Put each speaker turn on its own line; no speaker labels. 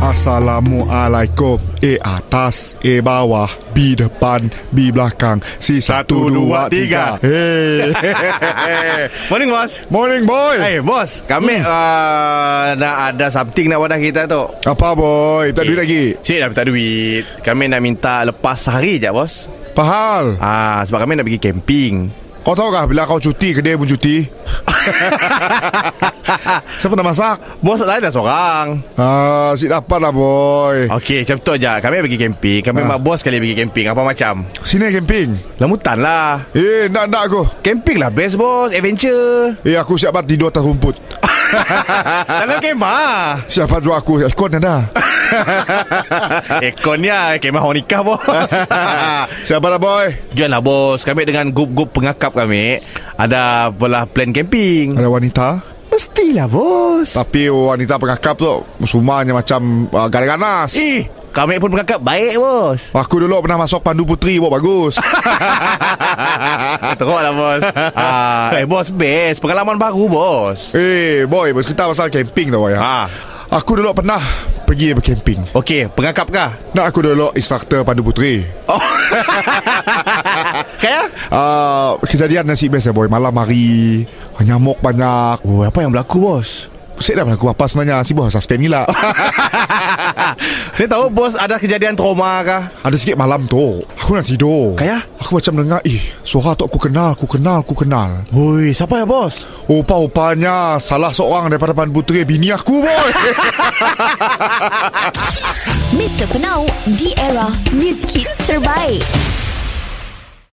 Assalamualaikum A E atas A bawah B depan B belakang C satu, dua, tiga, Hey
Morning bos
Eh, Morning Eh, boy
Hey bos Eh, Kami hmm. uh, Nak ada something nak wadah kita tu
Apa boy Tak duit lagi
Cik dah minta duit Kami nak minta lepas sehari je bos
Pahal
Ah, Sebab kami nak pergi camping
Kau tahu kah Bila kau cuti Kedai pun cuti Siapa nak masak
Bos lain dah seorang
Ah, Si dapat lah boy
Okey macam tu je Kami pergi camping Kami
Ah.
mak bos kali pergi camping Apa macam
Sini camping
Lemutan lah
Eh nak nak aku
Camping lah best bos Adventure
Eh aku siap banget tidur atas rumput
Dalam kemah
Siap banget jual aku Ikon dah
Ekon ya Kemah orang nikah bos
Siapa lah boy
Join lah bos Kami dengan grup-grup pengakap kami Ada belah plan camping
Ada wanita
Mestilah bos
Tapi oh, wanita pengakap tu Semuanya macam uh, Ganas-ganas
Eh Kami pun berkakap baik bos
Aku dulu pernah masuk Pandu Putri Buat bagus
Teruk lah bos ah, Eh bos best Pengalaman baru bos
Eh boy Bercerita pasal camping tau boy ya.
ah.
Aku dulu pernah Pergi berkemping
Okey pengakap kah?
Nak aku dulu Instruktor Pandu Putri
Oh. Kaya?
uh, Kejadian nasib best ya boy Malam hari Nyamuk banyak
Oh, apa yang berlaku bos?
Saya dah berlaku apa sebenarnya Si bos suspend gila
Ni tahu bos ada kejadian trauma kah?
Ada sikit malam tu Aku nak tidur
Kaya?
Aku macam dengar Eh suara tu aku kenal Aku kenal Aku kenal
Hui, siapa ya bos?
Rupa-rupanya Salah seorang daripada Pandu Putri Bini aku boy
Mr. Penau, di era music hit terbaik.